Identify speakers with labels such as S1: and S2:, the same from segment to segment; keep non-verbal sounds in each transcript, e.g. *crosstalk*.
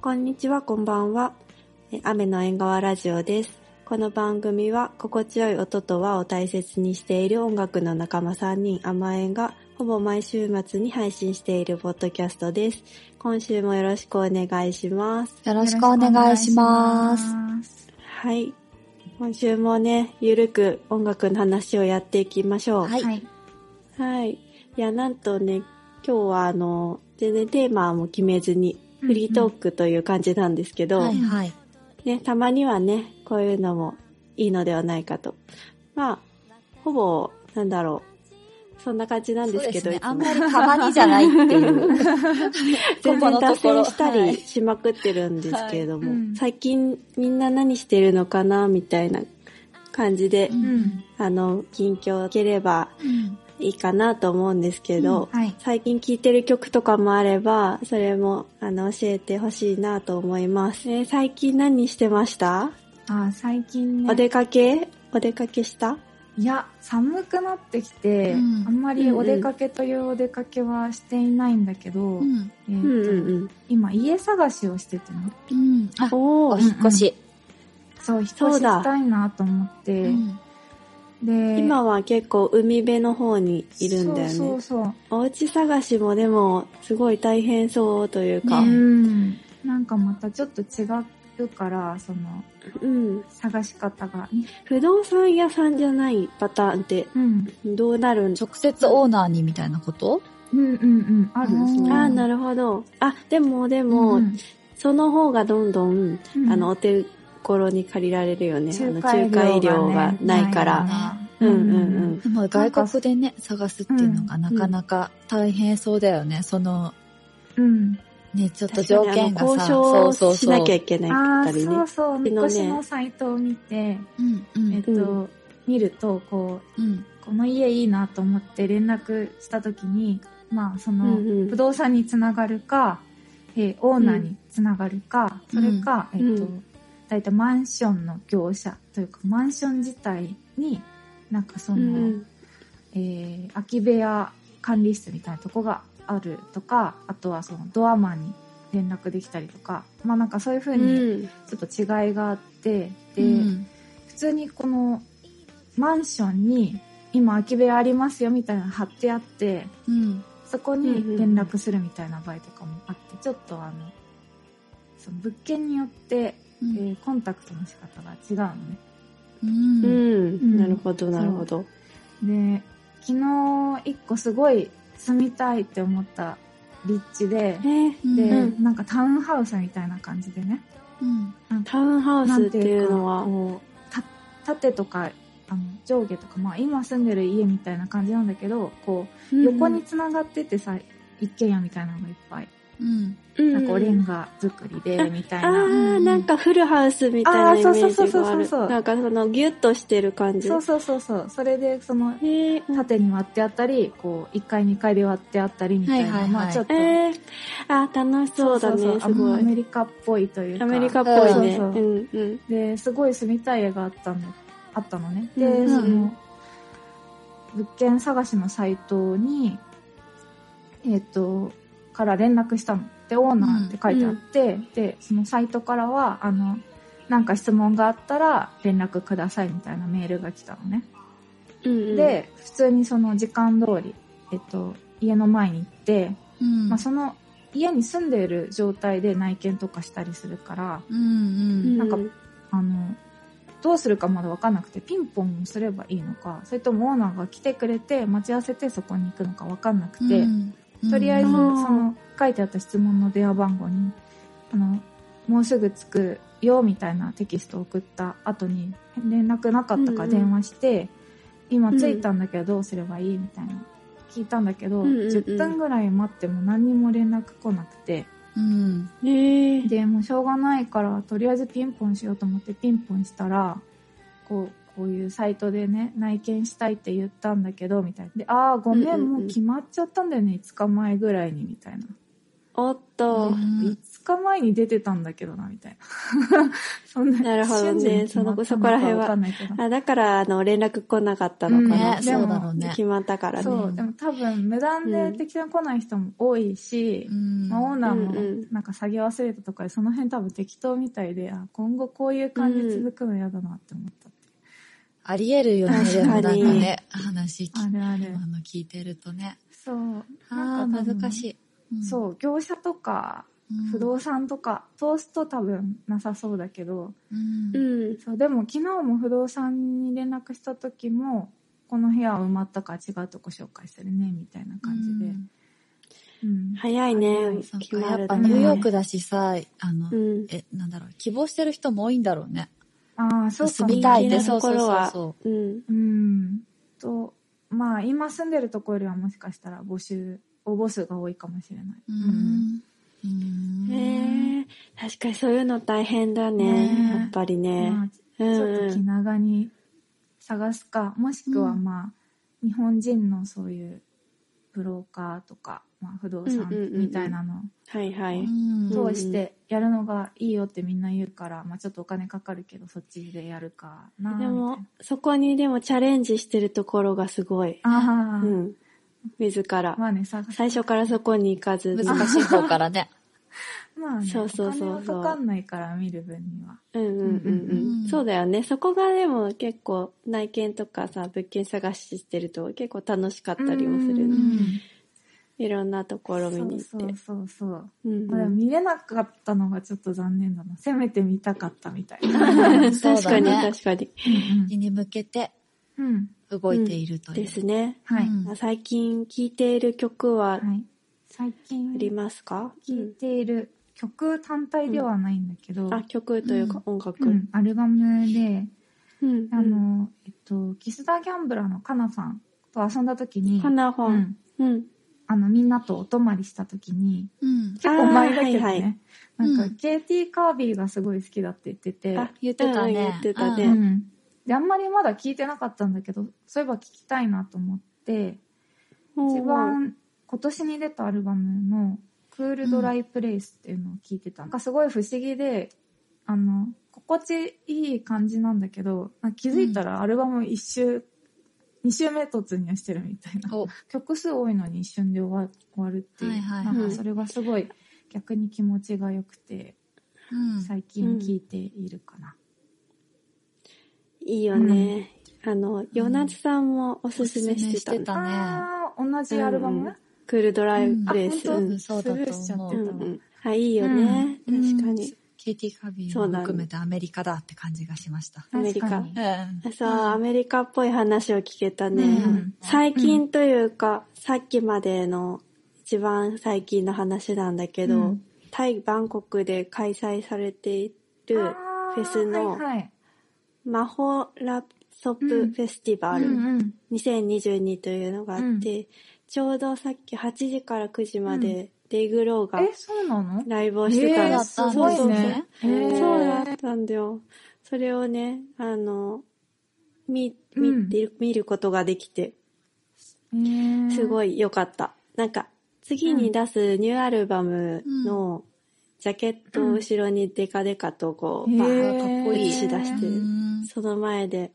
S1: こんにちは、こんばんは。え雨の縁側ラジオです。この番組は、心地よい音と和を大切にしている音楽の仲間3人、甘えんが、ほぼ毎週末に配信しているポッドキャストです。今週もよろしくお願いします。
S2: よろしくお願いします。
S1: はい。今週もね、ゆるく音楽の話をやっていきましょう。
S2: はい。
S3: はい。
S1: はい。いや、なんとね、今日はあの、全然テーマも決めずに、フリートークという感じなんですけど、
S2: はいはい。
S1: ね、たまにはね、こういうのもいいのではないかと。まあ、ほぼ、なんだろう。そんな感じなんですけど、
S2: ね
S1: いつも
S2: あんまりたまにじゃないっていう。
S1: 全然
S2: *laughs* ここの
S1: 脱
S2: とこ
S1: 線
S2: ろ
S1: した
S2: は
S1: り
S2: い
S1: しまくってるんですけれども、
S3: はいうん
S1: 最近みんな何してるのかな、みたいな感じで、
S2: うん
S1: あの、近況をければ
S3: うん。
S1: いいかなと思うんですけど、
S3: はい。
S1: 最近聴いてる曲とかもあれば、それも、あの、教えてほしいなと思います。えー最近何してました、
S3: あ、最近
S1: お
S3: ね、
S1: 出かけお出かけした
S3: いや、寒くなってきて、
S2: うん
S3: あんまりお出かけというお出かけはしていないんだけど、
S2: うん。
S3: え
S1: うん
S3: ーと
S1: うんうん。
S3: 今、家探しをしててね、
S2: うん。あ、
S1: お
S2: お
S1: ー
S2: 引っ越し。
S3: そう、引っ越
S1: そう
S3: し
S1: だ
S3: したいなと思って、で、
S1: 今は結構海辺の方にいるんだよね。
S3: そうそうそう。
S1: お家探しもでも、すごい大変そうというか。
S2: あ
S3: う
S2: ね
S3: ん。なんかまたちょっと違うから、その、
S1: うん。
S3: 探し方がね。
S1: 不動産屋さんじゃないパターンって、
S3: うん。
S1: どうなるん
S2: 直接オーナーにみたいなこと
S3: うんうんうん。あ
S2: あ
S3: る
S2: ー
S3: そう
S1: ああ、なるほど。あ、でもでも、
S3: うん
S1: その方がどんどん、
S3: うん
S1: あの、お手頃に借りられるよね。あの
S3: 仲介
S1: 仲介料がないか
S2: ない
S1: ら。
S2: から
S1: うんうんうん。
S2: でも外国でね、探すっていうのがなかなか大変そうだよね。その、
S3: うん。
S2: ね、ちょっ
S1: 確
S2: と
S1: か
S2: 条
S1: にあの
S2: 件がさ、
S1: 交渉しなきゃいけない
S3: あ
S1: か
S3: あ
S1: ったり
S3: ー、そ
S1: ね
S3: う。そう、
S1: う
S3: み
S1: ちのね
S3: こしのサイトを見て、
S2: うんう
S3: えっ
S2: ん
S3: と、
S1: うん
S3: 見ると、こ
S2: うん。
S3: う、この家いいなと思って連絡したときに、まあ、その、
S1: うんうん
S3: 不動産につながるか、えーオーナーにつながるか、
S2: うん
S3: それか、えっ、と、
S1: うん
S3: 大体マンションの業者というか、マンション自体に、なんかその、
S1: うん
S3: えー空き部屋管理室みたいなとこがあるとか、あとはそのドアマンに連絡できたりとか、まあなんかそういうふう
S1: う
S3: に、
S1: ん。
S3: ちょっと違いがあって、で、
S2: うん
S3: 普通にこのマンションに今空き部屋ありますよみたいなの貼ってあって、
S2: うん。
S3: そこ
S1: うんうん
S3: に連絡するみたいな場合とかもあって、ちょっとあの、その物件によって、
S2: うん
S3: えーコンタクトの仕方が違うのね。
S2: うん
S1: う
S2: うん
S1: ん。なるほど、なるほど。
S3: で、昨日一個すごい住みたいって思った立地で、
S1: ね
S3: で、
S1: うん
S3: なんかタウンハウスみたいな感じでね、
S2: うん
S1: タウンハウスっていうのは、
S3: こうた縦とかあの上下とか、まあ、今住んでる家みたいな感じなんだけどこう横に繋がっててさ、一軒家みたいなのがいっぱい
S2: うん。
S1: うん、
S3: なんかおレンガ作りでみたい
S1: あ
S3: な、
S1: あー、なんかフルハウスみたいな
S3: あ
S1: イ
S3: ー
S1: メ
S3: そうそう
S1: ー
S3: そう
S1: ジ
S3: そ
S1: があ
S3: うそう
S1: る。なんかそのギュッとしてる感じ。
S3: そうそうそうそうそれでその
S1: へえ。
S3: 縦に割ってあったりこう1階2階で割ってあったりみたいな、
S2: はいはいはい
S3: まあちょっと、
S1: えー、あー楽しそうだね、
S3: そうそうそう
S1: すご
S3: ア
S1: い。
S3: メリカっぽいというか
S1: アメリカっぽいね。
S3: そうそう
S1: う
S3: そうん
S1: うん。
S3: ですごい住みたい家があったのあったのね。で、
S1: うん
S3: その物件探しのサイトに、えっ、と、から連絡したの。で、オーナーって書いてあって、で、そのサイトからは、あの、なんか質問があったら連絡くださいみたいなメールが来たのね。
S1: うんうん、
S3: で、普通にその時間通り、えっと、家の前に行って、
S2: うん。
S3: まあその家に住んでいる状態で内見とかしたりするから、
S2: うんうん。
S3: なんか
S1: う
S3: あの、どうするかまだ分かんなくて、ピンポンをすればいいのか、それともオーナーが来てくれて、待ち合わせてそこに行くのか分かんなくて、
S2: で
S3: とりあえず、
S1: う
S3: そ
S1: ん
S3: の、書いてあった質問の電話番号に、あの、もうすぐ着くよ、みたいなテキストを送った後に、連絡なか
S1: う
S3: ったか
S1: んう
S3: ら
S1: ん
S3: 電話して、今着いたんだけどどうすればいいみたいな。聞いたんだけど、
S1: うんうんうん
S3: 10分ぐらい待っても何にも連絡来なくて、
S2: うん。
S1: へえ。
S3: でもうしょうがないからとりあえずピンポンしようと思ってピンポンしたらこうこういうサイトでね内見したいって言ったんだけどみたいなで「ああごめん,、
S1: うんうんうん
S3: もう決まっちゃったんだよね5日前ぐらいに」みたいな
S1: あおっと、
S2: うん
S3: 5日前に出てたんだけどな、みたいな。 *laughs* そんな
S1: なるほどね
S3: 瞬時に決まったのか
S1: そのそこら辺は
S3: わかんないけど
S1: あだから、あの、連絡来なかったのかな。
S2: ね、
S3: で
S2: そ
S3: も
S2: うだろうね
S1: 決。まったからね。
S3: そう、でも多分無断
S1: う
S3: で
S1: ん
S3: 適当に来ない人も多いし、
S2: うん
S3: まあ、オーナー
S1: うんうん
S3: もなんか作業忘れたとかでその辺多分適当みたいであ今後こういう感じ続くの嫌だなって思ったって
S2: ありえるよね、で
S1: 確
S2: も
S1: か
S2: な
S1: に
S2: んかね、話聞
S3: いう、あるある
S2: 今の聞いてるとね。
S3: そう
S2: ああ、難しい。
S3: い、
S2: うん
S3: そう業者とか
S2: うん
S3: 不動産とか通すと多分なさそうだけど
S2: うん
S1: うん。
S3: そうでも昨日も不動産に連絡した時もこの部屋は埋まったから違うとこ紹介するねみたいな感じで、うん
S1: 早い
S3: 早
S1: ね
S3: い。
S2: そっ
S1: 決
S2: か
S1: ま
S2: やっ
S1: る
S2: ぱ
S1: と
S2: ニ
S1: ね
S2: ューヨークだしさ、あの
S1: う、ん。
S2: え、なんだろう、希望してる人も多いんだろうね。
S3: ああそうか
S2: 住
S3: も
S2: みたいっ
S1: 人
S2: て、
S1: 気
S2: そ
S1: な
S2: う
S1: とこ
S2: そう
S1: ろ
S2: そう
S1: は
S2: そう。
S1: うん。
S3: うんとまあ今住んでるところよりはもしかしたら募集応募数が多いかもしれない、
S2: うんうん
S1: へえ確かにそういうの大変だね。
S3: ねえ
S1: やっぱり
S3: うんま
S1: ね。
S3: あ
S1: う
S3: ち
S1: ん
S3: ょっと
S1: う
S3: 気
S1: ん。
S3: 長に探すかもしくは
S2: うん
S3: まあ、日本人のそういうブローカーとか、まあ、不動
S1: うんう
S3: 産
S1: んうんうん
S3: みたいなの
S1: はいはい。
S2: うん
S1: そう
S3: を通してやるのがいいよってみんな言うから、まあ、ちょっとお金かかるけどそっちでやるかなみ
S1: で
S3: たい
S1: も
S3: な、
S1: そこにでもチャレンジしてるところがすごい。う
S3: ああ、
S1: ん。自ら。
S3: まあね探す
S1: 最初からそこに行かずに。
S2: 難しい方からね。
S3: まあね
S1: そうそうそうそう
S3: お金はかかんないから見る分には
S1: うんうんうん
S2: う
S1: うんん。そうだよね。そこがでも結構内見とかさ、物件探ししてると結構楽しかったりもするよ
S3: う
S1: ね。
S3: ん
S1: いろんなところ見に行
S3: そ
S1: っ
S3: う
S1: て。
S3: そうそうそう
S1: うん
S3: まあでも見れなかったのがちょっと残念だな。せめて見たかったみたい
S1: *laughs*
S3: な。
S1: うん。
S2: そう
S1: 確
S2: だ
S1: かに
S2: ね
S1: 確かに。
S2: にに向けて
S3: うん。
S2: 動いているという。
S1: ですね。
S3: はい。
S2: うん
S1: あ最近聴いている曲はあ
S3: はい。最近
S1: りますか、
S3: 聴いている曲単体ではないんだけど、
S1: あ、曲というか音楽。
S3: うんアルバムで、
S1: うん
S3: あ、の、えっと、キスダーギャンブラーのかなさんと遊んだ時に、
S1: かなほ。
S3: うんん、
S1: うん。
S3: あの、みんなとお泊まりした時に、
S2: うん。
S3: 結構前だ
S1: あ
S3: けどね、
S1: ーはいはい
S3: なんか、
S2: うん
S3: KT カービーがすごい好きだって言ってて、
S1: あ、
S2: 言ってたね
S1: うん言ってた
S2: う
S3: う
S1: ね。
S3: ん、であんまりまだ聞いてなかったんだけどそういえば聞きたいなと思って一番今年に出たアルバムの「クールドライプレイス」っていうのを聞いてた、なんかすごい不思議であの心地いい感じなんだけどなんか気づいたらアルバム1周、2周目突入してるみたいな
S2: お、
S3: 曲数多いのに一瞬で終わ終わるっていう、
S2: はいはい
S3: なんかそれがすごい逆に気持ちが良くて
S2: うん
S3: 最近聴いているかな。
S1: いいよね。あの、ヨナツさんもおすすめしてた
S2: おすすめして
S1: ね。
S2: たね。
S3: あー同じアルバム、
S1: うんクールドライ
S2: うん
S1: プレイス。
S3: あ
S1: う
S3: 本
S1: ん
S2: そうだ
S3: スル
S2: と
S3: ーしちゃ
S2: 思
S3: っ
S1: う
S3: て
S1: ん
S2: う。
S1: うん。あ、いいよね。
S2: うん
S1: 確かに。
S2: ケイティ・カービーも含めてアメリカだって感じがしました。
S1: アメリカ
S3: 確かに
S2: うん
S1: あそう、アメリカっぽい話を聞けたね。
S3: うん
S1: 最近というか、さっきまでの一番最近の話なんだけど、
S3: うん
S1: タイ・バンコクで開催されている
S3: あー
S1: フェスの
S3: はいはい
S1: マホラソップフェスティバ
S3: うん
S1: ル
S3: うん
S1: 2022というのがあって、
S3: うん
S1: ちょうどさっき8時から9時までデイグローが
S3: え、そうなの
S1: ライブをしてたの
S2: えーだった
S1: そ
S2: ん
S1: うそう
S2: だ
S1: そう。
S2: ね
S3: へー
S1: そうだったんだよ。それをね、あの、見、
S3: う
S1: 見
S3: ん
S1: て、見ることができて、す
S3: い。
S1: ごい良かった。なんか、次に出すニューアルバムのジャケットを後ろにデカデカとこう、
S3: へ
S1: バ
S3: ー
S1: ーッかっこいいし出し
S2: う
S1: てる。
S2: ん
S1: その前で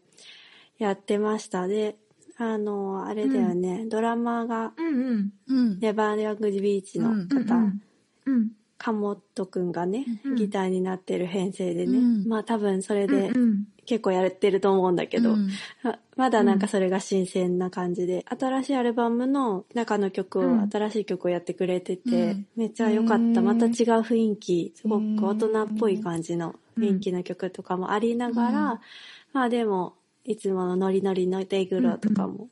S1: やってました。で、あの、あれだよね、ドラマが、
S3: うんうん。
S2: うん。
S1: ネバーラグビーチの
S2: うん
S1: 方、
S3: うんうん。
S1: カモットくんがね、
S3: うん
S1: ギターになってる編成でね、
S2: うん
S1: まあ多分それ
S3: うん
S1: で
S3: うん
S1: 結構やれてると思うんだけど、
S2: うん
S1: ま *laughs* まだなんかそれが新鮮な感じで、新しいアルバムの中の曲を、
S3: うん
S1: 新しい曲をやってくれてて、
S2: うん
S1: めっちゃ良かっ
S3: へー
S1: た。また違う雰囲気、すごく大人っぽ
S3: へ
S1: い
S3: ー
S1: 感じの雰囲気の曲とかもありながら、
S2: うん
S1: まあでも、いつものノリノリのデイグローとかも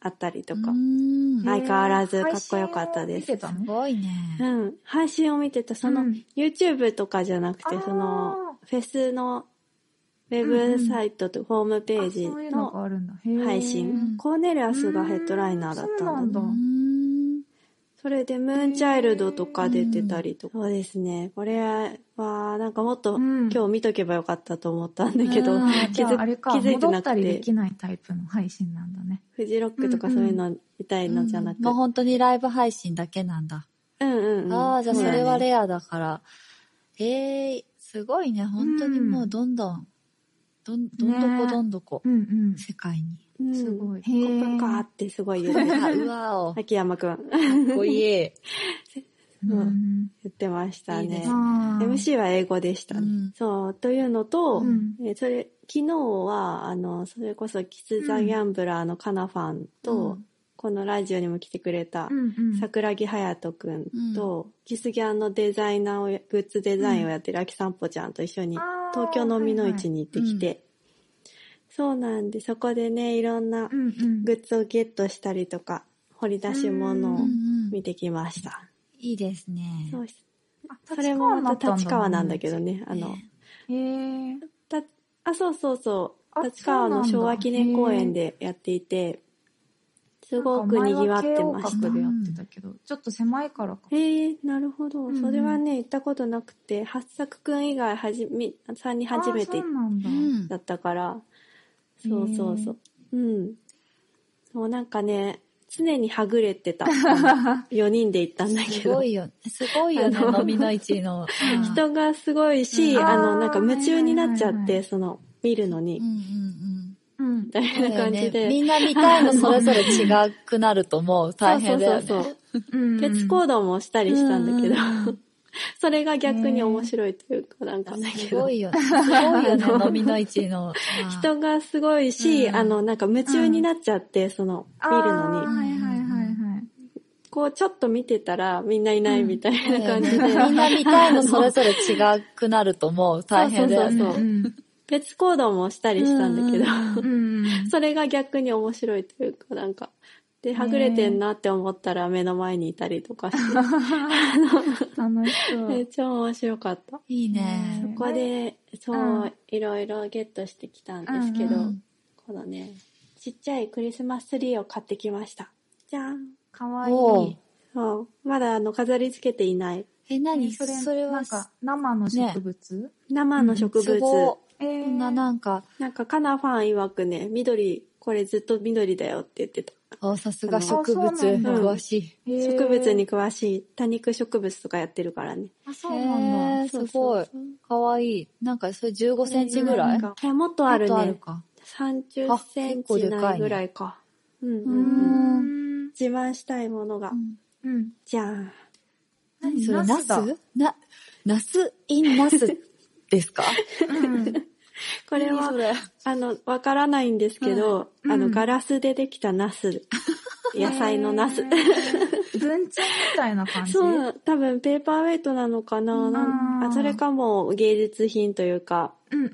S1: あったりとか、
S2: うん
S1: 相変わらずかっこよかったです
S3: 配信を見
S2: す
S3: てたの
S2: ごいね。
S1: うん、配信を見てた、その、
S3: うん
S1: YouTube とかじゃなく
S3: あ
S1: て、
S3: ー
S1: その、フェスのウェブサイトとホームページ
S3: あそういうの
S1: の
S3: があるんだ。へー
S1: 配
S2: うん
S1: 信。コーネリアスがヘッドライナーだっただ。
S3: うんんそうなんだ
S2: うん
S1: それで、ムーンチャイルドとか出てたりとか。そうですね。これは、なんかもっと
S3: うん
S1: 今日見とけばよかったと思ったんだけ
S2: う
S1: ど
S2: ん、
S3: じゃああれか、
S1: 気づいて
S3: 戻
S1: な
S3: った
S1: く
S3: りで
S1: て、
S3: きないタイプの配信なんだね。
S1: フジロックとかそういうのみたいのじゃなく
S2: もう本当にライブ配信だけなんだ。
S1: うんうんうん。
S2: ああ、じゃあ
S1: う
S2: そ
S1: だね
S2: れはレアだから。ええー、すごいね。本当にもうどんどん、どん、どんどこどんどこ、
S3: うんうん。
S2: 世界に。
S1: うん
S3: すごい。
S1: コップカーってすごい言うね。
S2: あ *laughs* うわお。か
S1: 秋山くん
S2: っこいい。
S3: うん。
S1: 言ってました
S2: いいで
S1: ね
S2: す。ね
S1: MC は英語でしたね。
S2: うん
S1: そう、というのと、
S3: うん
S1: えそれ、昨日は、あの、それこそキス・ザ・ギャンブラーのカナファンと、
S2: うん
S1: このラジオにも来てくれた
S3: う、んうん。
S1: 桜木隼人くんと、キスギャンのデザイナーをや、グッズデザインをやってる秋散歩ちゃんと一緒に、
S3: あー
S1: 東京の美の市に行ってきて、
S2: は
S1: そうなんで、そこでね、いろんな
S3: うんうん。
S1: グッズをゲットしたりとか、掘り出し物を
S2: うんうん。
S1: 見てきました。
S2: いいですね。
S1: そう
S3: あ
S1: それもまた立川なんだけ
S3: ど。
S1: どね、あの、
S2: ね
S3: へえ。
S1: たあそうそうそう
S3: あ
S1: 立川の
S3: そうなんだ
S1: 昭和記念公園でやっていてすごくにぎわってました
S3: なんか前は慶応学部でやってたけど、ちょっと狭いからか。
S1: へえなるほど、
S3: うん
S1: それはね行ったことなくて八作くん以外はじみさんに初めて
S3: あそうなん
S2: う
S3: だ。
S2: ん。
S1: だったからそうそうそううんそうなんかね常にはぐれてた4人で行ったんだけ
S2: す
S1: ど
S2: ごいよ。すごいよね、
S1: あの
S2: 飲みの市の。う
S1: *laughs*
S2: ん
S1: 人がすごいし、
S2: うん
S1: あのなんか夢中になっちゃって、
S3: はいはいはいは
S1: その見るのに
S2: うんう、んうん。
S3: うん
S1: み。たいな感じ
S2: だよね
S1: で、
S2: みんな見たいのそれぞれ違くなると思う。大変だよね。
S1: そうそうそう
S3: うん
S1: 別行動もしたりしたんだけど、
S2: うんうん
S1: *laughs* それが逆に面白いというか、なんかだけ
S2: すご
S1: ど、
S2: いよね。すごいよ
S1: あ
S2: ね、
S1: の
S2: 飲みの市の。
S1: *laughs* 人がすごいし、
S2: うん
S1: あの、なんか夢中になっちゃって、その、見るの
S3: あー
S1: に、
S3: はいはいはいはい。
S1: こう、ちょっと見てたらみんないないみたいな感じで、 *laughs*
S2: みんな見たいのそれぞれ違くなると思う。大変だよね。
S1: そう
S3: うん
S1: 別行動もしたりしたんだけど、
S3: うん
S1: それが逆に面白いというか、なんか、で、はぐれてんなって思ったら目の前にいたりとかして、
S3: 楽しそう。、
S1: めっちゃ面白かった。
S2: いいね。
S1: ここで、そううんいろいろゲットしてきたんですけど、
S3: うんう
S1: このね、ちっちゃいクリスマスツリーを買ってきました。じゃん。
S3: かわい
S2: おう
S3: い。
S1: そうまだあの飾り付けていない
S2: え、何それ
S3: な
S2: は
S3: ん、か、生の植物
S1: 生の植
S2: す
S1: 物。
S2: ご
S3: え
S2: い。
S3: ー
S2: こんななんか、
S1: なんかカナファン曰くね、緑、これずっと緑だよって言ってた。
S2: あさすが植物、
S3: あそうなん
S1: だ
S2: 詳しい。
S3: へー
S1: 植物に詳しい多肉植物とかやってるからね。
S3: あ、
S2: へ
S3: そうなんだ。
S2: ーすごい。かわいい。なんか、それ15センチぐら
S1: な
S2: い
S1: んかいやもっとある
S2: もっとある
S1: ね。
S2: か。
S1: 30
S2: あ
S1: セン
S2: 結構
S1: チ
S2: でかいね
S1: ないぐらいか。うん
S3: う
S1: うんうん。
S3: ん。
S1: 自慢したいものが。
S3: うん。
S1: じゃん。
S2: 何それ、ナ
S3: ナス
S2: ス
S3: だ
S2: な、ナスインナスですか
S3: うん
S1: これは
S2: 何それ
S1: あの、わからないんですけど、
S3: うん
S1: あの、
S3: うん
S1: ガラスでできたナス。野菜のナス
S3: へ。ー文鎮みたいな感じ。
S1: そう、多分ペーパーウェイトなのかな。なん
S3: あー
S1: あそれかも芸術品というか、
S3: うんうん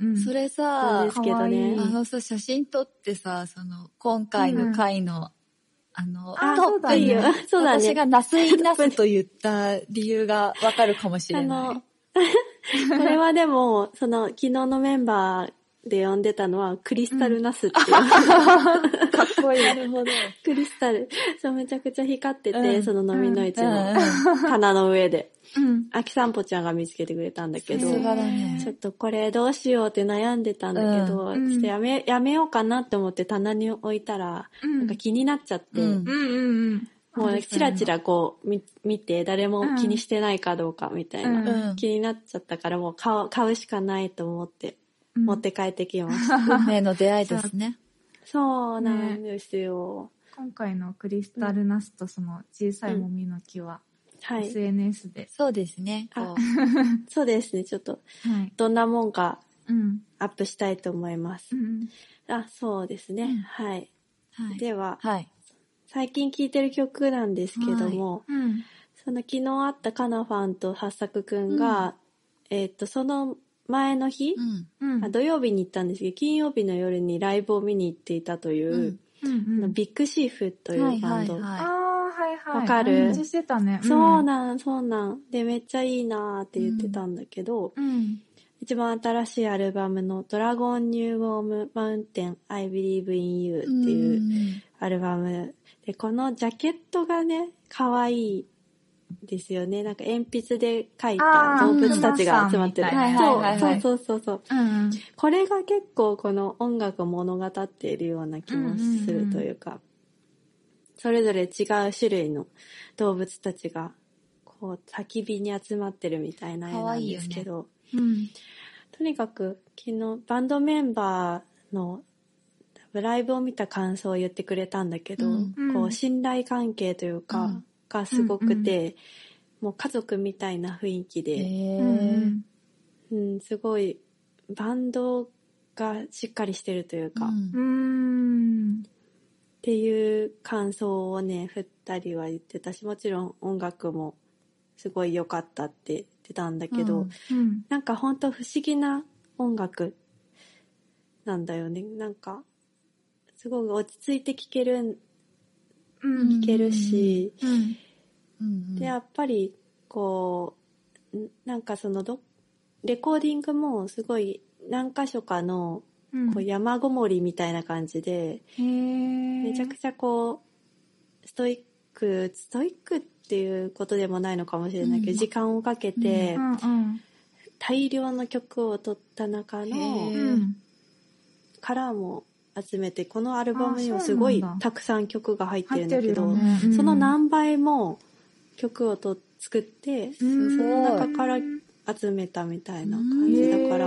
S3: うんうん。
S2: それ
S1: な
S2: さ、
S1: んですけど
S3: かわい
S1: ね
S3: い
S2: あ。のさ、写真撮ってさ、その、今回の回の、あの、
S3: あ
S2: ト
S3: そう
S2: ッ
S3: だ
S2: プ
S3: ね
S1: いいよ。そうだ
S2: 私
S1: ね。
S2: がナスインナスと言った理由がわかるかもし
S1: あ
S2: れない
S1: の、。 *laughs* これはでも、その、昨日のメンバーで呼んでたのは、クリスタルナスっていう、
S3: かっこいい。
S2: なるほど。
S1: *laughs* クリスタル。そう、めちゃくちゃ光ってて、
S2: うん
S1: その飲みの市
S2: うんう
S1: の
S2: ん
S1: 棚の上で。
S3: うん。
S1: 秋散歩ちゃんが見つけてくれたんだけ
S2: さ
S1: ど。
S2: すがだね
S1: ちょっとこれどうしようって悩んでたんだけど、
S3: うん
S1: ちょっとやめ、やめようかなって思って棚に置いたら、
S3: うん
S1: なんか気になっちゃって、
S2: うん
S3: うんうんうん。
S1: もうチラチラこう見見て、誰も気にしてないかどうかみたいな、
S2: うん
S1: 気になっちゃったからもう買う買うしかないと思って、
S3: うん
S1: 持って帰ってきました。
S2: *laughs* 運命の出会いですね。
S1: そうなんですよ。
S3: 今回のクリスタルナスとその小さいもみの木は
S1: はい。
S3: SNS で、
S2: そうですね。
S1: あ *laughs*
S2: こ
S1: そうですね、ちょっと
S3: はい、
S1: どんなもんか
S3: うん、
S1: アップしたいと思います
S3: う。ん、
S1: あ、そうですね。
S2: うん
S1: はい。
S2: うはい。
S1: では、
S2: はい。
S1: 最近聴いてる曲なんですけども、
S3: うん、
S1: その昨日会ったカナファンと八作くんが、えーっと、その前の日、
S2: うん。
S3: うん、
S1: あ土曜日に行ったんですけど、金曜日の夜にライブを見に行っていたという、あ
S3: うん、う
S1: の
S3: ん、
S1: ビッグシーフとい
S2: はいう
S1: バ
S2: は
S1: ン
S2: い
S1: ド。
S3: あ
S2: は
S3: あー、はいはい。
S1: わかる
S3: お話ししてたね。
S1: そうなん、そうなん。で、めっちゃいいなーって言ってたんだけど、
S3: うん、
S1: 一番新しいアルバムのドラゴンニューゴームマウンテン I Believe in You っ
S2: い。
S1: ていう
S2: うん。
S1: アルバム。で、このジャケットがね、可愛いですよね。なんか鉛筆で描いた
S3: あー
S1: 動物たちが集まってる。
S3: うん
S2: はいはいはいはい
S1: そうそうそうそう。
S3: うん、
S1: これが結構この音楽を物語っているような気もするというか、それぞれ違う種類の動物たちがこう焚き火に集まってるみたいな絵
S2: 可
S1: なん
S2: 愛い
S1: で
S2: よ
S1: す
S2: ね
S1: けど
S3: うん。
S1: とにかく昨日バンドメンバーのライブを見た感想を言ってくれたんだけど、
S2: うん
S3: うん
S1: こう信頼関係というか、
S2: うん
S1: がすごくて、もう家族みたいな雰囲気
S2: へ
S1: で、
S3: う
S2: え
S3: ん。
S1: うん、すごいバンドがしっかりしてるというか、っ
S3: うん。
S1: ていう感想をね二人は言ってたしもちろん音楽もすごい良かったって言ってたんだけど、
S2: うん
S3: うん。
S1: なんかほんと不思議な音楽なんだよね。なんか、すごく落ち着いて聴けるん、
S3: うん。
S1: 聴けるし、
S3: うん。
S2: うん
S1: で、やっぱり、こう、んなんかそのど、レコーディングもすごい何箇所かの
S3: うん
S1: こう山ごもりみたいな感じで、
S3: へえ。
S1: めちゃく
S3: ち
S1: ちゃこう、ストイック、ストイックっていうことでもないのかもしれないけど、
S2: うん
S1: 時間をかけて
S3: うんうん。
S1: 大量の曲を取った中の、
S2: へー
S3: うん。
S1: カラーも集めてこのアルバムにもすご
S3: あそう
S1: い
S3: なんだ
S1: たくさん曲が入って
S3: 入
S1: る
S3: っ
S1: んだ
S3: てる
S1: け
S3: よ
S1: ど、
S3: ね。
S1: その
S3: ん
S1: 何倍も曲をと作って
S3: う
S1: そ
S3: ん
S1: の中から
S3: うん
S1: 集めたみたいな感じだから、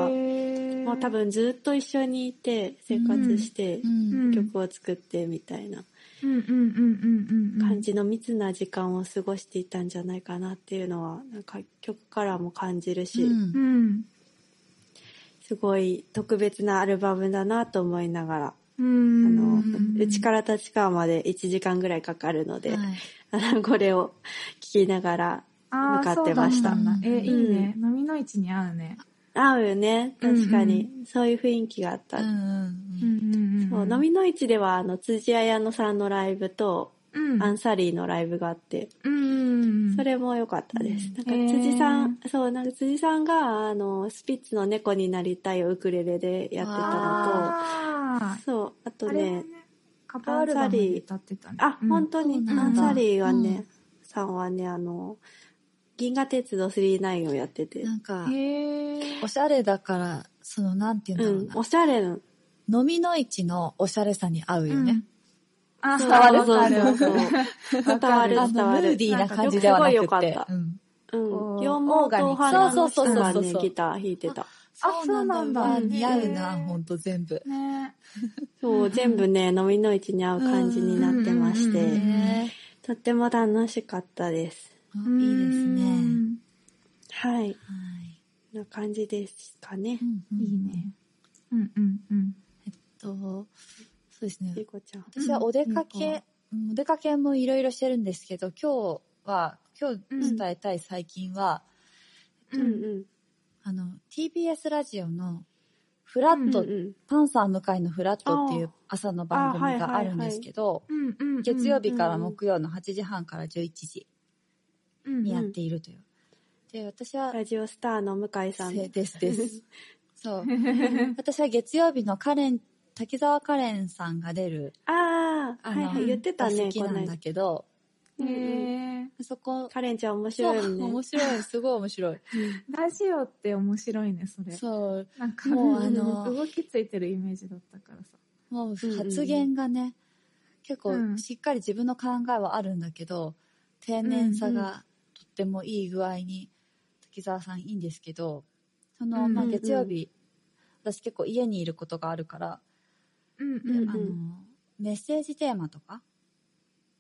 S1: まあ、多分ずっと一緒にいて生活して
S2: うん
S3: うん
S1: 曲を作ってみたいな
S3: うんうんうんうんうん。
S1: 感。じの密な時間を過ごしていたんじゃないかなっていうのはなんか曲からも感じるし、
S2: うん
S3: うん。
S1: すごい特別なアルバムだなと思いながら
S3: うん。
S1: あの
S2: うん、
S1: うちから立川まで1時間ぐらいかかるので、
S2: はい
S1: あ *laughs* の、これを聞きながら、
S3: あー
S1: 向かってました
S3: そうだったんだえ、
S2: うん
S3: いいね。波の位置に合うね。
S1: 合うよね。確かに。そういう雰囲気があった。
S2: うん
S3: うんうんうん。
S1: そう、飲みの市では、あの、辻彩乃さんのライブと、
S3: うん。
S1: アンサリーのライブがあって、
S3: うん。
S1: それも良かったです。
S2: う
S1: なんか、
S3: へー
S1: 辻さん、そう、なんか辻さんが、あの、スピッツの猫になりたいをウクレレでやってたの
S3: あ
S1: と、そう、あ
S3: ー
S1: と
S3: あれ
S1: ね
S3: も、ね、カバーアルバムに歌ってたね。
S1: あ、
S3: うん
S1: 本当に、
S2: そう
S1: ア
S2: なん
S1: ン
S2: だ
S1: サリーはね、さんはね、あの、銀河鉄道39をやってて、
S2: なんか、
S3: へー
S2: おしゃれだから、その、なんていう
S1: うんん
S2: だ、ろ
S1: おしゃれな
S2: うな。飲みの市のおしゃれさに合うよね。。
S3: あ、
S1: そう
S3: 伝わる伝わ
S1: そうそう
S3: る。
S1: そう
S3: わかる
S1: 伝わ
S2: あ
S1: る伝
S2: の、ム
S1: わ
S2: ー
S1: る
S2: デ。ィーな感じではな
S1: なん
S2: く
S1: かすごい良
S2: て
S1: かっ。た
S2: うん
S1: う
S3: こ
S1: ん。
S3: う
S1: 羊
S3: オ
S1: 毛
S3: ーガニッ
S1: と
S3: ク
S1: 花の
S2: そ
S1: 人
S2: うそうそう
S1: が
S2: そう
S1: ね、ギター弾いてた。
S3: あそうなんだ
S2: う似合うな、
S3: へー
S2: ほんと全部。
S3: ね。
S1: そうう、
S3: ん
S1: 全部ね、飲みの市に合う感じになってまし
S3: うんうんうんうん
S1: て、
S2: ね
S1: とっても楽しかったです。
S2: あいいですね。
S1: はい。
S2: はい
S1: こんな感じですかね
S2: う。んうん
S3: いいね。うんうんうん。
S2: と、そうですね。
S1: ゆうこちゃん。
S2: 私はお出かけ、うんお出かけもいろいろしてるんですけど、今日は、今日伝えたい最近は、
S1: うんうん。
S2: あの、TBS ラジオの、フラッ
S1: うんう
S2: ト、
S1: ん。
S2: パンサー向井のフラットっていう
S1: あー
S2: 朝の番
S1: あーは
S2: 組
S1: いはい
S2: が
S1: は
S2: あ
S1: い
S2: るんですけど、
S3: うんうんうん。
S2: 月曜日から木曜の8時半から11時にやっているという。で、私は、
S1: ラジオスターの向井さん。
S2: せで
S1: *laughs*
S2: すです。そう。私は月曜日のカレン、滝沢カレンさんが出る、
S1: ああ、
S2: あ
S1: はい
S2: の、
S1: はい、言ってたね、
S2: 好きなん
S1: この
S2: だけど、
S1: 間うんうん
S3: へー
S2: そこ、
S1: カレンちゃん面白いよ
S2: そう面
S1: ね。
S2: 白い、すごい面白い。
S3: ラジオって面白いね、それ。
S2: そう、
S3: なんか、
S2: も
S1: うあの
S3: 動きついてるイメージだったからさ。
S2: もうん
S1: うん
S2: 発言がね、結
S3: う
S2: 構
S3: ん
S2: しっかり自分の考えはあるんだけど、丁寧さがとってもいい具合に、滝沢さんいいんですけど、その、まあ
S1: うんうん
S2: 月曜日、私結構家にいることがあるから、
S3: うんう
S1: うん
S2: あの、メッセージテーマとか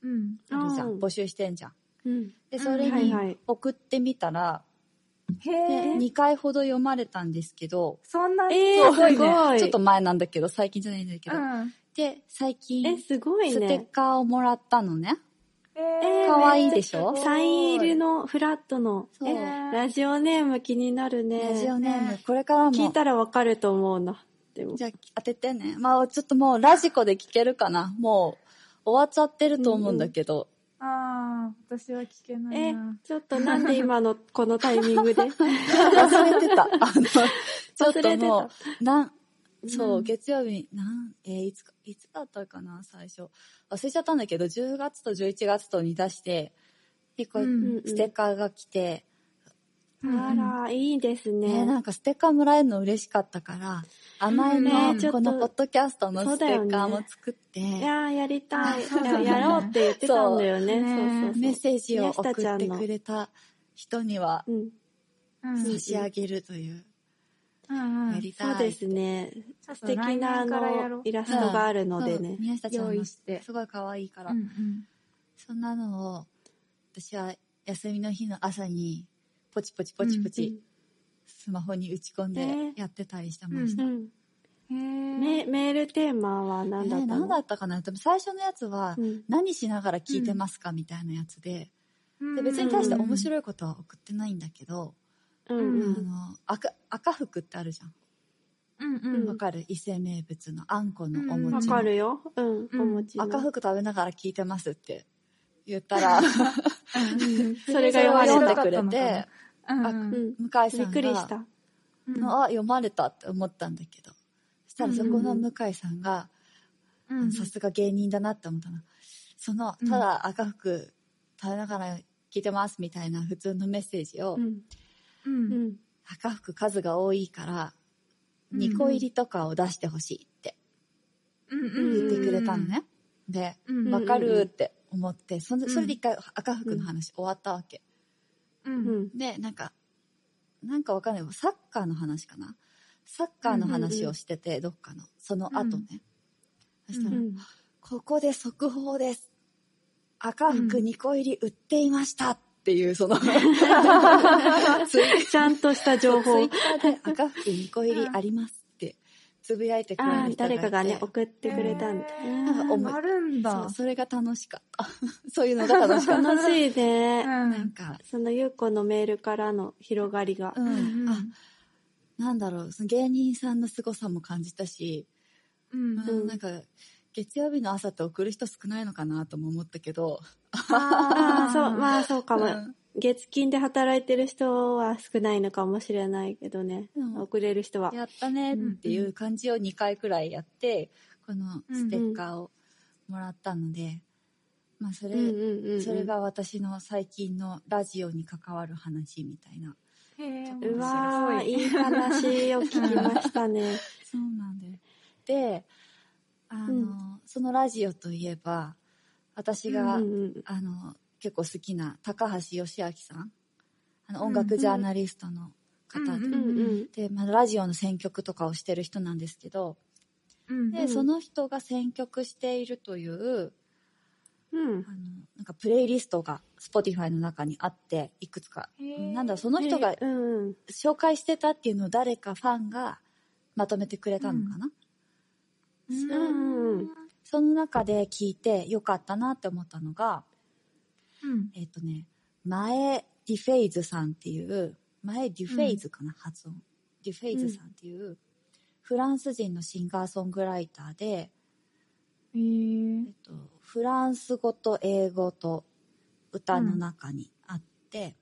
S3: うん。
S2: あるじゃ
S1: うん
S2: ん、募集してんじゃん。
S1: うん。
S2: で、それ
S1: はい
S2: に
S1: はい。
S2: 送ってみたら、
S3: へ
S1: え
S3: え。
S2: 2回ほど読まれたんですけど、
S3: そんな、
S1: えー、
S3: そう
S1: すごい。
S2: ちょっと前なんだけど、最近じゃないんだけど。
S3: うん。
S2: で、最
S1: え、
S2: 近、
S1: すごい
S2: ステ
S1: ね
S2: ッ。カーをもらったのね。
S3: え
S2: かわいいでしょ
S3: めっちゃすごい
S1: サイン入りのフラットの。
S2: そう
S1: え、ラジオネーム気になるね。
S2: ラジオネーム、
S3: ね
S2: これから
S1: 聞い
S2: も。
S1: たらわかると思うな。でも。
S2: じゃあ、当ててね。まあ、ちょっともう、ラジコで聞けるかな。もう、終わっちゃってると思うんだけど。
S3: ああ、私は聞けない
S1: え
S3: な。、
S1: ちょっとなんで今のこのタイミングで
S2: 忘れ *laughs* てた。あの、ちょっ
S1: 忘れ
S2: と
S1: て
S2: も
S1: た。
S2: う、なん、 *laughs* そう、
S3: うん
S2: 月曜日、なん、えーいつか、いつだったかな、最初。忘れちゃったんだけど、10月と11月とに出して、で、こう、
S3: うん
S1: うんうん
S2: ステッカーが来て、
S1: あら、いいです
S2: ね、な
S1: ね。
S2: んかステッカーもらえるの嬉しかったから、甘えの、
S1: ねちょっと
S2: このポッドキャストの
S1: そう
S2: ステ
S1: だよね
S2: ッカーも作って、
S1: いやー、やりたい。
S3: そうだね
S1: ややろうって言ってたんだよね。
S3: そう
S1: そうそうそう。
S2: メッセージを送
S1: 宮下ちゃ
S2: っ
S1: ん
S2: て
S1: の
S2: くれた人には
S1: うん。
S3: うん
S2: 差し上げるという、
S3: うんう
S2: や
S3: ん
S2: りた
S1: そ
S2: い
S1: うですね。素
S3: 素
S1: 敵なあの
S3: う
S1: イラストがあるのでね
S2: そう。宮下ちゃん
S3: 用
S2: の
S3: 意して
S2: すごい可愛いから、
S3: うんうん
S2: そんなのを私は休みの日の朝にポチポチポチポチスマホに打ち込ん
S1: ね
S2: でやってたりしてまし
S1: う
S2: た、
S1: ん。
S3: へー
S1: メメールテーマは何だっ
S2: ね
S1: た
S2: 何
S1: の
S2: だったかなでも最初のやつは
S1: うん
S2: 何しながら聞いてますかみたいなやつでで別に大して面白いことは送ってないんだけど、
S1: うんう
S2: あ
S1: ん。
S2: の赤赤服ってあるじゃん
S3: うんう
S1: うん
S3: ん
S2: わかる伊勢名物のあんこのお
S3: うん
S1: わ
S2: 餅、
S1: かるよ。うん。
S3: うん
S1: お餅の。
S2: 赤服食べながら聞いてますって言ったら
S1: それが読まれ
S2: 読ん
S1: た
S2: で。くれて
S3: うんう
S1: うんん。
S2: 向井
S1: び
S2: さ
S1: っ
S2: ん
S1: くりし
S2: が
S1: た。
S3: うん
S2: のあ読まれたって思ったんだけどそしたらそこの向井さんが
S3: うん
S2: さすが芸人だなって思ったなその
S3: うん
S2: ただ赤服食べながら聞いてますみたいな普通のメッセージを
S1: うん。
S3: う
S1: うんん。
S2: 赤服数が多いから
S3: うん
S2: 2個入りとかを出してほしいって
S3: うんう
S2: 言
S3: ん
S2: ってくれたのねで
S3: うん
S1: うん
S2: わかるって思ってそんで
S3: うん
S2: それで一回赤服の話終わったわけ
S3: う
S1: うんん。
S2: でなんかなんかわかんないサッカーの話かなサッカーの話をしててどっかのその後ねそした
S1: う
S2: ら
S1: ん。
S2: ここで速報です。赤服2個入り売っていましたってい
S1: *laughs*
S2: う、その、ツイ
S1: ちゃんとした情報。
S2: ッターで赤服2個入りありますって、つぶやいてくれる
S1: ああ、
S2: 人がいて。
S1: 誰かがね、送ってくれたんだ。
S2: なんか思い
S3: あるん
S2: そ
S3: だ
S2: う、それが楽しかった。 *laughs* そういうのが楽しかっ
S1: 楽しいうね。
S2: た。
S3: ん
S2: なんか、
S1: そのゆうこのメールからの広がりが
S2: う。ん、
S3: うん
S2: あ、なんだろう、その芸人さんの凄さも感じたし、
S3: うん
S2: うんなんか、月曜日の朝って送る人少ないのかなとも思ったけど、
S1: あ
S3: あ
S1: あ、そう、まあそうかも。
S2: うん
S1: 月金で働いてる人は少ないのかもしれないけどね。
S2: うん
S1: 遅れる人は。
S2: やったねっていう感じを2回くらいやって、このステッカーをもらったので、まあそれ、
S1: うん
S2: それが私の最近のラジオに関わる話みたいな。
S3: へえ
S1: うわー、
S3: 面白
S1: いい話を聞きましたね。
S2: そうなんで。で、あの、
S1: うん
S2: そのラジオといえば、私
S1: うん
S2: が、
S1: うん
S2: あの、結構好きな高橋義明さん、あの音楽ジャーナリストの方で、
S3: うん
S1: うんうん
S2: で、まあラジオの選曲とかをしてる人なんですけど、
S3: うん
S2: で、
S1: うん
S2: その人が選曲しているという、
S1: うん
S2: あの、なんかプレイリストが Spotify の中にあって、いくつか。
S3: へー
S2: なんだろう、その人が
S1: うんうん
S2: 紹介してたっていうのを誰かファンがまとめてくれたのかな、
S3: うん
S1: うん
S2: その中で聞いてよかったなって思ったのが、
S3: うん
S2: えっ、とね、前ディフェイズさんっていう、前ディフェイズかな、発音。ディフェイズさんっていう、フランス人のシンガーソングライターで、
S3: へ
S2: え
S3: ー
S2: っと、フランス語と英語と歌の中にあって、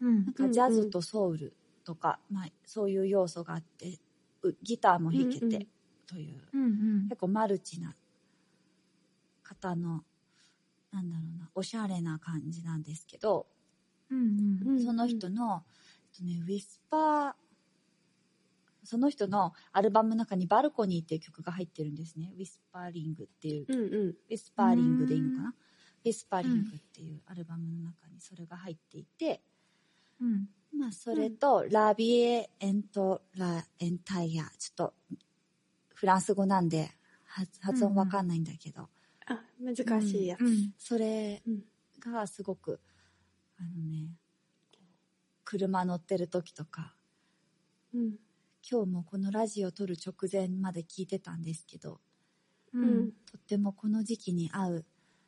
S3: うん
S2: なんかジャズとソウルとか、まあ、そういう要素があってうギターも弾け
S1: うんうん
S2: てという、
S3: うんうん
S2: 結構マルチな方のなんだろうなおしゃれな感じなんですけど、
S3: うん
S1: うん
S2: その人の、えっとね、ウィスパーその人のアルバムの中に「バルコニー」っていう曲が入ってるんですね「ウィスパーリング」っていう
S1: うんうん
S2: ウィスパーリングでいいのかなウィスパーリングっていうアルバムの中にそれが入っていて、
S3: うん
S2: まあそれと、ラビエ・エント・ラ・エンタイア、ちょっとフランス語なんで発発音わかんないんだけど、
S1: あ難しいやつ
S3: うん
S2: それ
S1: うん
S2: がすごく、あのね、車乗ってる時とか、
S1: うん
S2: 今日もこのラジオ撮る直前まで聞いてたんですけど、
S3: う
S1: うんん
S2: とってもこの時期に合う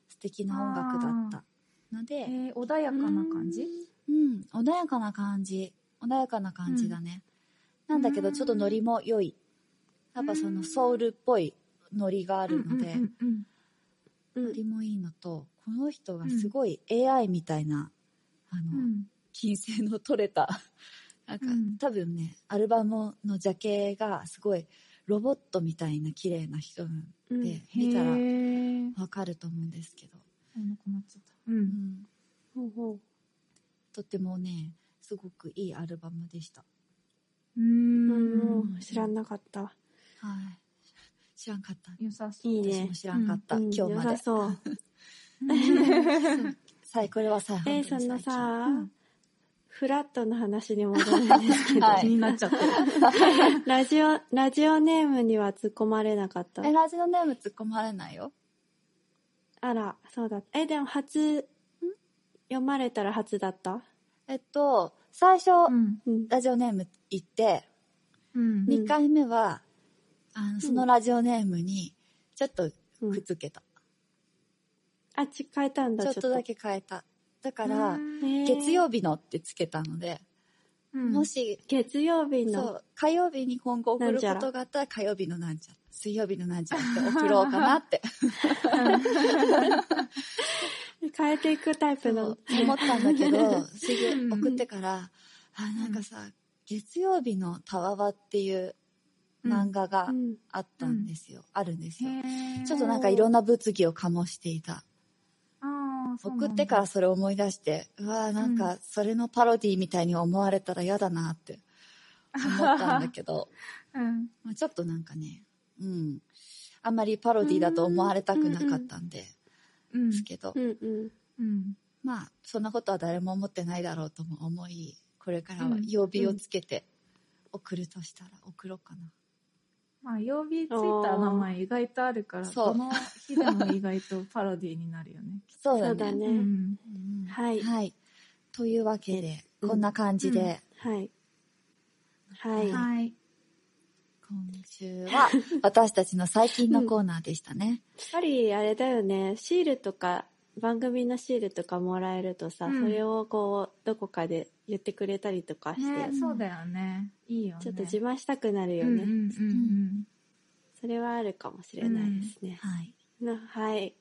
S2: 素敵な音楽だったので、
S3: えー穏やかな感じ
S2: うん、穏やかな感じ。穏やかな感じだね。なんだけど、ちょっとノリも良い。やっぱそうの
S3: ん
S2: ソウルっぽいノリがあ
S3: あ
S2: るので、
S1: うん
S2: ノリもいいのと、この人がすごい AI みたいな、あの、金星の取れた、 *laughs* なんか
S3: うん
S2: 多分ね、アルバムのジャケがすごいロボットみたいな綺麗な人なん
S1: うん
S2: で、見たら
S3: へー
S2: わかると思うんですけど、
S3: あなんか困っちゃったう
S2: うんん、
S1: ほうほ
S2: とってもね、すごくいいアルバムでした。
S3: う
S1: う
S3: ー
S1: うんん知らなかった
S2: はい。知らんかった。
S3: 良さそう
S1: いい
S2: 私
S1: ね
S2: も知らんかった、
S1: うん
S2: 今日ま
S1: 良さ。
S2: で
S1: そう
S3: うん
S2: さいこれはさ、
S1: え
S2: 本当
S1: そ
S2: に
S1: の
S2: 最近
S1: さ
S3: うん
S1: フラットの話に戻るんですけど、
S2: はい
S3: 気になっちゃってる。
S1: ラジオ、ラジオネームには突っ込まれなかった
S2: え、。ラジオネーム突っ込まれないよ。
S1: あら、そうだった。え、でも初、読まれたら初だった
S2: えっと、最初、
S3: うん。
S1: うん。
S2: ラジオネーム行って、
S3: うん。
S1: ね
S2: 2回目は、あの、そのラジオネームに、ちょっと
S1: う
S2: くっ
S1: ん
S2: つけた。
S1: あ、ち、変えたんだ、
S2: ち
S1: ち
S2: ょ
S1: ょ
S2: っ
S1: っ
S2: と
S1: と
S2: だ。け変えた。だから、
S1: へー
S2: 月曜日のってつけたので、
S3: うん
S2: も、し、
S1: 月曜日
S2: そ
S1: の。
S2: う、火曜日に今後送ることがあったら火曜日のなんちゃら、水曜日のなんちゃらって送ろうかなって
S1: 変えていくタイプ
S2: そ
S1: の
S2: う。思ったんだけど、す
S3: うん
S2: ぐ送ってから、あ、なんかさ、月曜日のたわわっていう漫画が
S1: うん
S2: あったんですよ。あるんですよ。
S3: へー
S2: ちょっとなんかいろんな物議を醸していた。
S3: あーそうなんだ
S2: 送ってからそれを思い出して、うわーなんかそれのパロディみたいに思われたら嫌だなって思ったんだけど、
S3: うん。
S2: まあちょっとなんかね、うん。あんまりパロディだと思われたくなかったんで、
S3: うん
S2: ですけど
S1: う、んうん。
S3: うん。
S2: まあ、そんなことは誰も思ってないだろうとも思い、これからは曜日をつけて送るとしたら送ろうかな。
S3: まあ、曜日ついた名前意外とあるから、
S2: そう
S3: どの日でも意外とパロディになるよね。
S2: そう
S1: そ
S2: だ
S1: うだ
S2: *laughs* ね。
S3: う
S1: ね。
S3: ん。
S2: うん
S1: はい
S2: はい。というわけで、
S1: うん
S2: こんな感じで、
S3: うん
S1: はい。はい。
S3: はい。
S2: 今週
S1: *laughs*
S2: は私たちの最近のコーナーでしたね。
S1: やっぱりあれだよね、シールとか、番組のシールとかもらえるとさ、
S3: うん
S1: それをこう、どこかで言ってくれたりとかして、
S3: ね、そうだよね。いいよね。
S1: ちょっと自慢したくなるよね。
S3: うんうんうんうん。
S1: それはあるかもしれないですね。
S2: はい。
S1: なはい。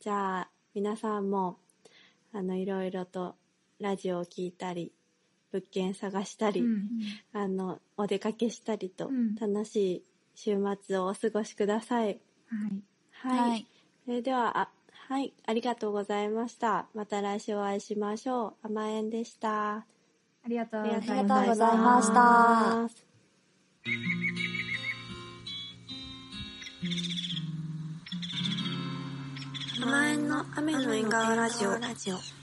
S1: じゃあ、皆さんも、あの、いろいろとラジオを聞いたり、物件探したり、
S3: うん
S1: あの、お出かけしたりと、
S3: うん
S1: 楽しい週末をお過ごしください。
S3: はい。
S1: はい。それでは、あ、はい、ありがとうございました。また来週お会いしましょう。甘えんでした。
S3: ありがとう
S1: あ
S3: ございました。
S2: ありがとうございました
S1: した。甘えんの雨の縁側ラジオ。